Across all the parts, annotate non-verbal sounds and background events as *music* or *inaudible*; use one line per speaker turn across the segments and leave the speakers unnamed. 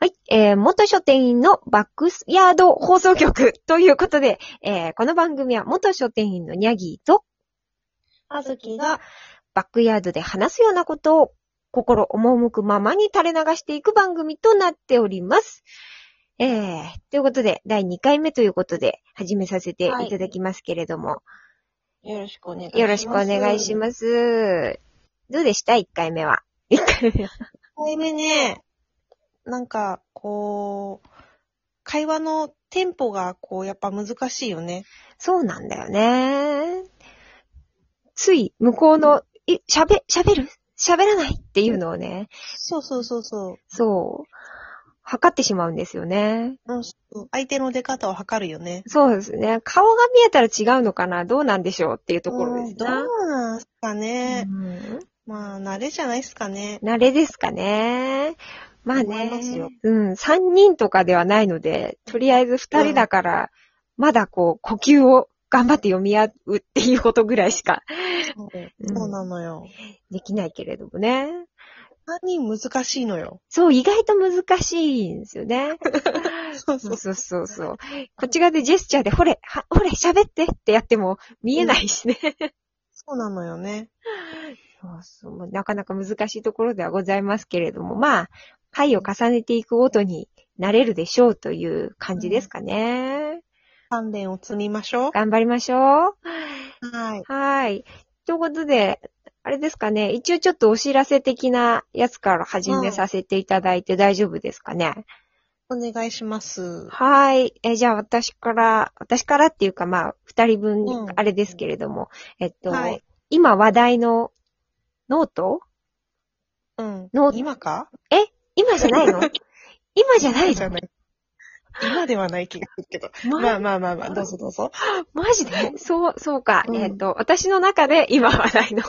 はい。えー、元書店員のバックスヤード放送局ということで、えー、この番組は元書店員のニャギーと
あずきが、
バックヤードで話すようなことを心赴くままに垂れ流していく番組となっております。えー、ということで、第2回目ということで、始めさせていただきますけれども、
よろしくお願いします。
よろしくお願いし
す。
ます。どうでした ?1 回目は。1回目は。
これでね、なんか、こう、会話のテンポが、こう、やっぱ難しいよね。
そうなんだよね。つい、向こうの、え、喋、喋る喋らないっていうのをね、
そうそうそうそ
そう、測ってしまうんですよね。
う。うんそう相手の出方を測るよね。
そうですね。顔が見えたら違うのかなどうなんでしょうっていうところです
うんどう
な。
なんすかね。
うん
まあ、慣れじゃないっすかね。
慣れですかね。まあ
思います
ね
よ。
うん、三人とかではないので、とりあえず二人だから、まだこう、呼吸を頑張って読み合うっていうことぐらいしか
そう
うん
そうなのよ。
できないけれどもね。
何難しいのよ。
そう、意外と難しいんですよね。
そう
そ
そう
そう
う。
そうそう。こっち側でジェスチャーで、ほれ、はほれ、喋ってってやっても見えないしね。
そうなのよね。
*laughs* そうそうもうなかなか難しいところではございますけれども、まあ、回を重ねていくごとになれるでしょうという感じですかね。
鍛錬を積みましょう。
頑張りましょう。
はい。
はい。ということで、あれですかね、一応ちょっとお知らせ的なやつから始めさせていただいて大丈夫ですかね。
お願いします。
はい。え、じゃあ私から、私からっていうかまあ、二人分
うん、
あれですけれども、えっと、
はい
今話題のノート
うん
ノー。ト
今か
今じゃ
*laughs*
ないの今じゃない
じゃ
の
ない。今ではない気がするけど。ま
ま、
あまあまあまあ、どうぞどうぞ。
マジでそう、そうか。
うん
えっと、私の中で今話題
*laughs*
の。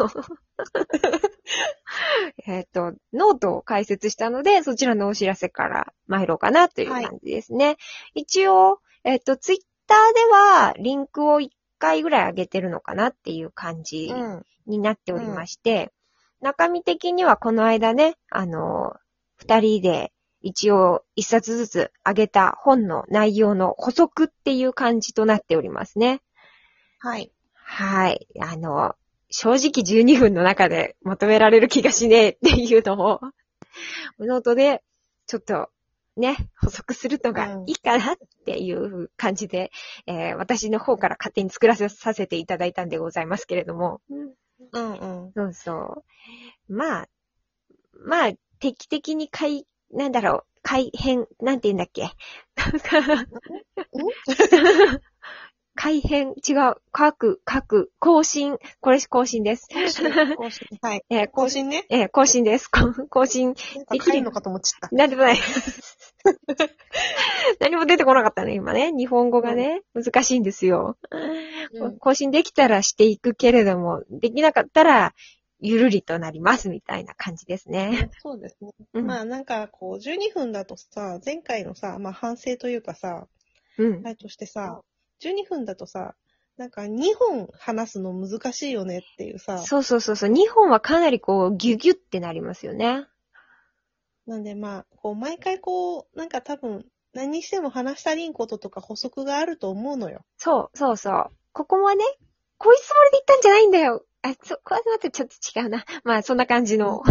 えっと、ノートを解説したので、そちらのお知らせから参ろうかなという
はい
感じですね。一応、えっと、ツイッターではリンクを一回ぐらい上げてるのかなっていう感じ
うん。
になっておりまして、中身的にはこの間ね、あの、二人で一応一冊ずつ上げた本の内容の補足っていう感じとなっておりますね。
はい。
はい。あの、正直12分の中で求められる気がしねえっていうのを、ノートでちょっとね、補足するのがいいかなっていう感じで、えー私の方から勝手に作らせさせていただいたんでございますけれども。
うん
*laughs*
うん。
そうそう。まあ、まあ、定期的に改、なんだろう、改変、なんて言うんだっけ。改変、違う、書く、書く、更新、これ更新です。
更新、更新。はい。
*laughs* えー
更新ね。
えー更新です。 *laughs* こ更新、
なんか帰るのかと思っちゃっ
なんでも
*laughs*
ない。何も出てこなかったね、今ね。日本語がね、難しいんですよ。
た。うん
更新できたらしていくけれども、できなかったら、ゆるりとなります、みたいな感じですね。
そうですね。
うん
まあなんかこう、12分だとさ、前回のさ、まあ反省というかさ、
うん
あ。れとしてさ、12分だとさ、なんか2本話すの難しいよねっていうさ、
そうそうそうそう。2本はかなりこう、ギュギュってなりますよね。
なんでまあ、こう、毎回こう、なんか多分、何にしても話したりんこととか補足があると思うのよ。
そう、そうそう。ここはね、こういうつもりで言ったんじゃないんだよ。あ、そ、これだとちょっと違うな。まあ、そんな感じの。
*laughs*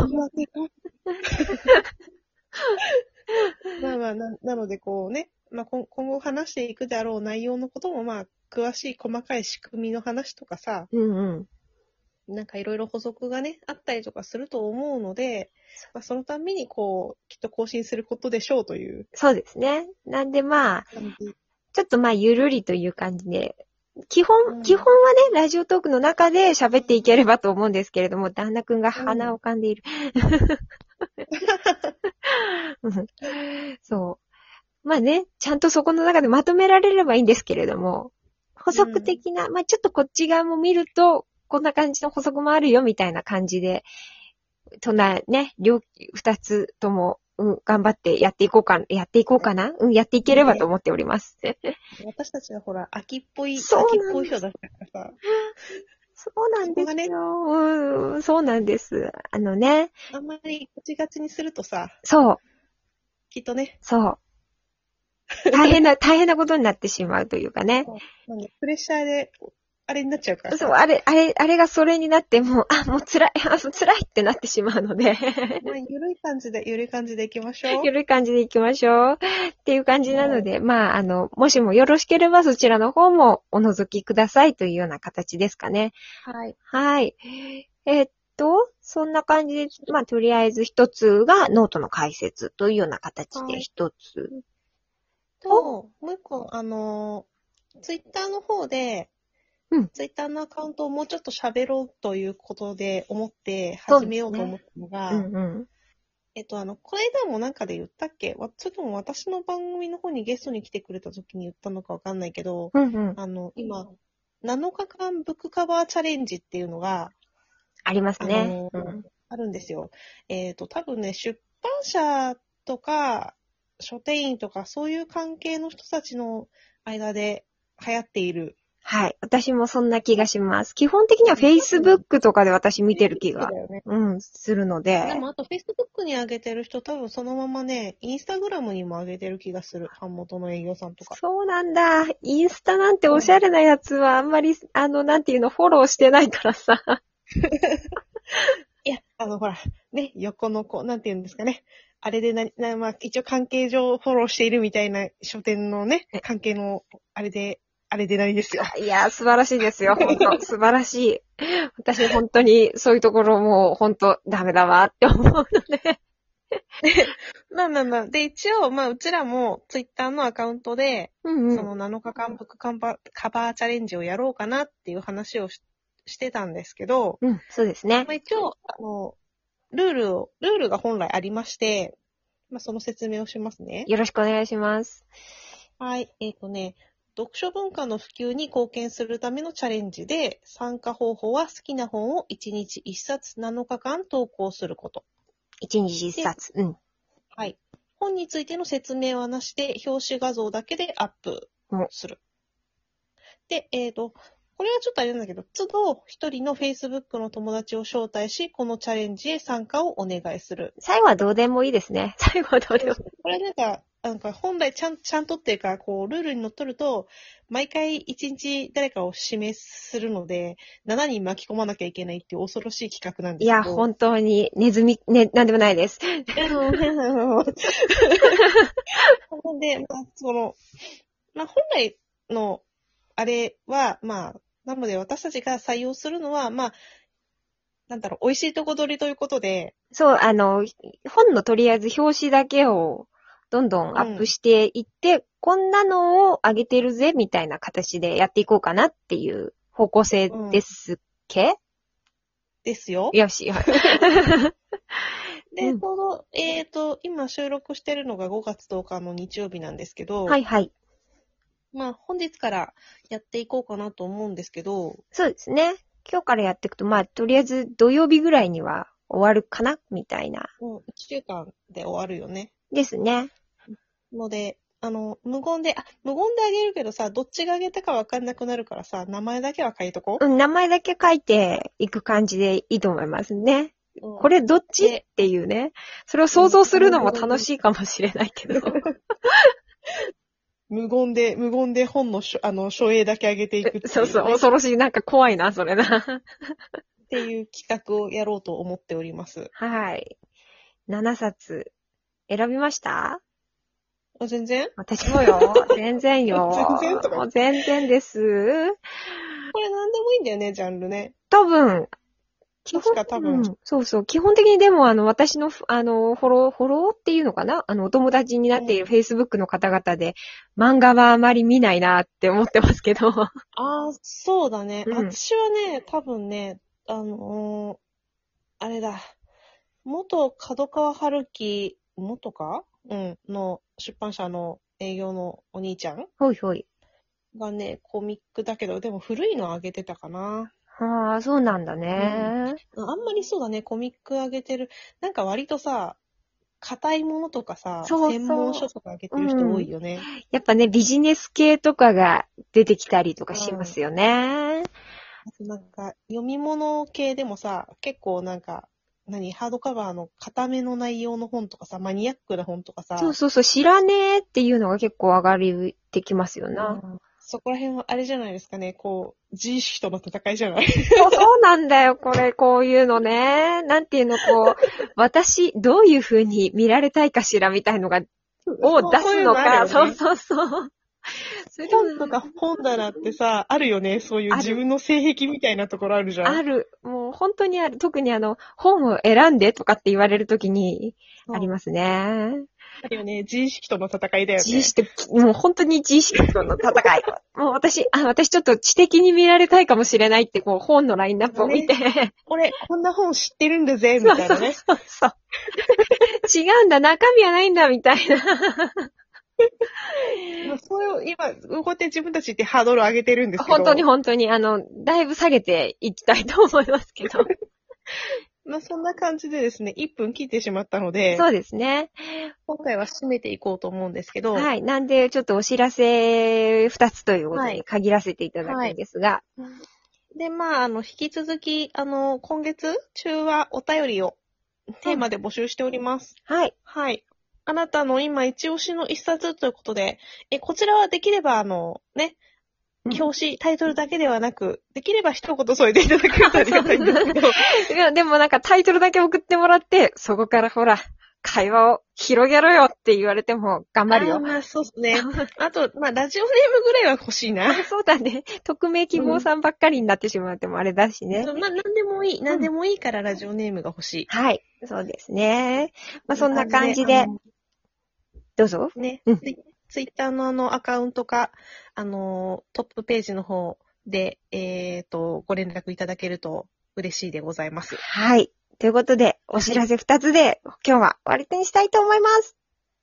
まあまあ、ななのでこうね、まあ、今今後話していくであろう内容のことも、まあ、詳しい細かい仕組みの話とかさ、
うんうん。
なんかいろいろ補足がね、あったりとかすると思うので、まあ、そのたんびにこう、きっと更新することでしょうという
そうですね。なんでまあ、
感じ。
ちょっとまあ、ゆるりという感じで、基本、
うん
基本はね、ラジオトークの中で喋っていければと思うんですけれども、旦那くんが鼻を噛んでい
*laughs*
る。うんそう。まあね、ちゃんとそこの中でまとめられればいいんですけれども、補足的な、まあちょっとこっち側も見ると、こんな感じの補足もあるよみたいな感じで、とな、ね、両、二つとも、うん、頑張ってやっていこうか、やっていこうかなうん、やっていければと思っております。
私たちはほら、秋っぽい、秋っ
そうなん
ぽ
で
い
す
人だったからさ、
そうなんですよ。
そこがね
うん、そうなんです。あのね、
あんまりガチガチにするとさ、
そう。
きっとね。
*laughs* そう。大変な、大変なことになってしまうというかね。
なんで、プレッシャーで、あれになっちゃうから
そう、
さ。
あれ、あれ、あれがそれになってもう、あ、もう辛い、あ、そう辛いってなってしまうので、
まあ、ゆるい感じで、ゆるい感じでいきまし
*laughs*
ょう。
ゆるい感じで行きましょう。っていう感じなので、まあ、あの、もしもよろしければそちらの方もお覗きくださいというような形ですかね。
はい。
はい。えっと、そんな感じで、まあ、とりあえず一つがノートの解説というような形
は
で
い
一つ。
と、もう一個、あのー、ツイッターの方で、
うん
ツイッターのアカウントをもうちょっと喋ろうということで思って
そうですね
始めようと思ったのが、
うんうん。
えっと、あの、この間もなんかで言ったっけわそれとも私の番組の方にゲストに来てくれた時に言ったのかわかんないけど、
うんうん。
あの、今、7日間ブックカバーチャレンジっていうのが
あります
あ
ね
の。あるんですよ。えっ、と、多分ね、出版社とか書店員とかそういう関係の人たちの間で流行っている。
はい。私もそんな気がします。基本的には Facebook とかで私見てる気が
だ、よね。
うん、するので
で。も、あと、Facebook に上げてる人、多分そのままね、Instagram にも上げてる気がする。版元の営業さんとか。
そうなんだ。インスタなんておしゃれなやつはあんまり、あの、なんていうの、フォローしてないからさ。
いや、あの、ほら、ね、横の子、なんて言うんですかね。あれでな、な、まあ、一応関係上フォローしているみたいな書店のね、関係の、あれで、あれでなりですよ。
*laughs* いや、素晴らしいです *laughs* よ。本当素晴らしい。私、本当に、そういうところもう、本当ダメだわって思う。
まあまあまあ。で、一応、まあ、うちらも、ツイッターのアカウントで、
うんう
そ
ん。
の7日間ブックカバーカバーチャレンジをやろうかなっていう話をししてたんですけど、
うん、そうですね
まあ、。一応、あの、ルールを、ルールが本来ありまして、まあ、その説明をしますね。
よろしくお願いします。
はい。えっ、とね、読書文化の普及に貢献するためのチャレンジで、参加方法は好きな本を1日1冊7日間投稿すること。
一日一冊。うん。
はい。本についての説明はなしで、表紙画像だけでアップする。で、えっ、と、これはちょっとあれなんだけど、都度一人の Facebook の友達を招待し、このチャレンジへ参加をお願いする。
最後はどうでもいいですね。最後はどうでもいい。
これなんか、なんか本来ちゃん、ちゃんとっていうか、こう、ルールにのっとると、毎回一日誰かを指名するので、7人巻き込まなきゃいけないっていう恐ろしい企画なんで
い
すけど。
や、本当に、ネズミ、ね、なんでもないです。
*laughs* なんで、まあ、その、まあ、本来の、あれは、まあ、なので私たちが採用するのは、まあ、なんだろう、美味しいとこ取りということで、
そう、あの、本のとりあえず表紙だけをどんどんアップしていって、こんなのを上げてるぜ、みたいな形でやっていこうかなっていう方向性ですけ、
ですよ。
よし、 *laughs* はい
で、
うん
この、えっ、と、今収録してるのが5月10日の日曜日なんですけど、
はいはい。
まあ、本日からやっていこうかなと思うんですけど、
そうですね。今日からやっていくと、まあ、とりあえず土曜日ぐらいには終わるかな、みたいな。
もう1週間で終わるよね。
ですね。
ので、あの、無言で、あ、無言であげるけどさ、どっちがあげたかわかんなくなるからさ、名前だけは書いとこ
うん、名前だけ書いていく感じでいいと思いますね。
う。こ
これどっちっ
で
ていうね。それを想像するのも楽しいかもしれないけど。
無言で、無言で本の書、あの、書影だけあげていくっていう、
そうそう、
ね
恐ろしい。なんか怖いな、それな。
っていう企画をやろうと思っております。
はい。7冊。選びました
あ全然
私も *laughs* よ。全然よ。
全然とか
もう全然です。
これ何でもいいんだよね、ジャンルね。
多分、
確か多分
うんそうそう。基本的にでも、あの、私の、あの、フォロー、フォローっていうのかなあの、お友達になっている Facebook の方々で、漫画はあまり見ないなって思ってますけど。
ああ、そうだね。
うん
私はね、多分ね、あのーあれだ。元角川春樹、元かうん、の出版社の営業のお兄ちゃん
*laughs* ほいほい。
がね、コミックだけど、でも古いの上げてたかな。
ああ、そうなんだね。
あんまりそうだね、コミック上げてる。なんか割とさ、硬いものとかさ、
そうそう
専門書とか上げてる人多いよね。
やっぱね、ビジネス系とかが出てきたりとかしますよね。
あとなんか、読み物系でもさ、結構なんか、何、ハードカバーの固めの内容の本とかさ、マニアックな本とかさ、
そうそうそう、知らねえっていうのが結構上がりてきますよな。
そこら辺はあれじゃないですかね、こう、自意識との戦いじゃない
そうそうなんだよ、これ、こういうのね。なんていうの、こ
*laughs*
う、私、どういう風に見られたいかしら、みたいのが、を出すのか。
そ
そうう
そういうのあるよね
そうそう。それでも
本とか本棚ってさ、あるよね、そういう
ある
自分の性癖みたいなところあるじゃん。
ある。もう本当にある。特にあの、本を選んでとかって言われるときに、ありますね。
あるよね、自意識との戦いだよね。
自意識、もう本当に自意識との戦 *laughs* い。もう私、あ、私ちょっと知的に見られたいかもしれないって、こう本のラインナップを見て。
俺、こんな本知ってるんだぜ、み
そう
たい
そ
な
う
ね。
そうそう。違うんだ、中身はないんだ、みたいな。
まあそれを今、こうやって自分たちってハードル上げてるんですけど。
本当に本当に、あの、だいぶ下げていきたいと思いますけど。
まあそんな感じでですね、1分切ってしまったので、
そうですね。
今回は締めていこうと思うんですけど、
はい。なんで、ちょっとお知らせ2つということに限らせていただくんですが。
で、まあ、あの、引き続き、あの、今月中はお便りをテーマで募集しております。
はい。
はい。あなたの今一押しの一冊ということで、え、こちらはできれば、あの、ね、
うん
表紙、タイトルだけではなく、できれば一言添えていただけるとありがたいんです
*laughs*
けど、
いや、でもなんかタイトルだけ送ってもらって、そこからほら、会話を広げろよって言われても頑張る
あー
よ。
まあ、そうです
*laughs*
ね。あと、まあ、ラジオネームぐらいは欲しいな。
そうだね。 *laughs* 匿名希望さんばっかりになってしまってもあれだしね。
そうまあ、なんでもいい。なんでもいいからラジオネームが欲しい。
はい。そうですね。まあ、そんな感じで
あ、の
どうぞ。
ね、
うん
ツイツイッターのあのアカウントか、あの、トップページの方で、えっ、と、ご連絡いただけると嬉しいでございます。
はい。ということで、お知らせ2つで、今日は終わりにしたいと思います。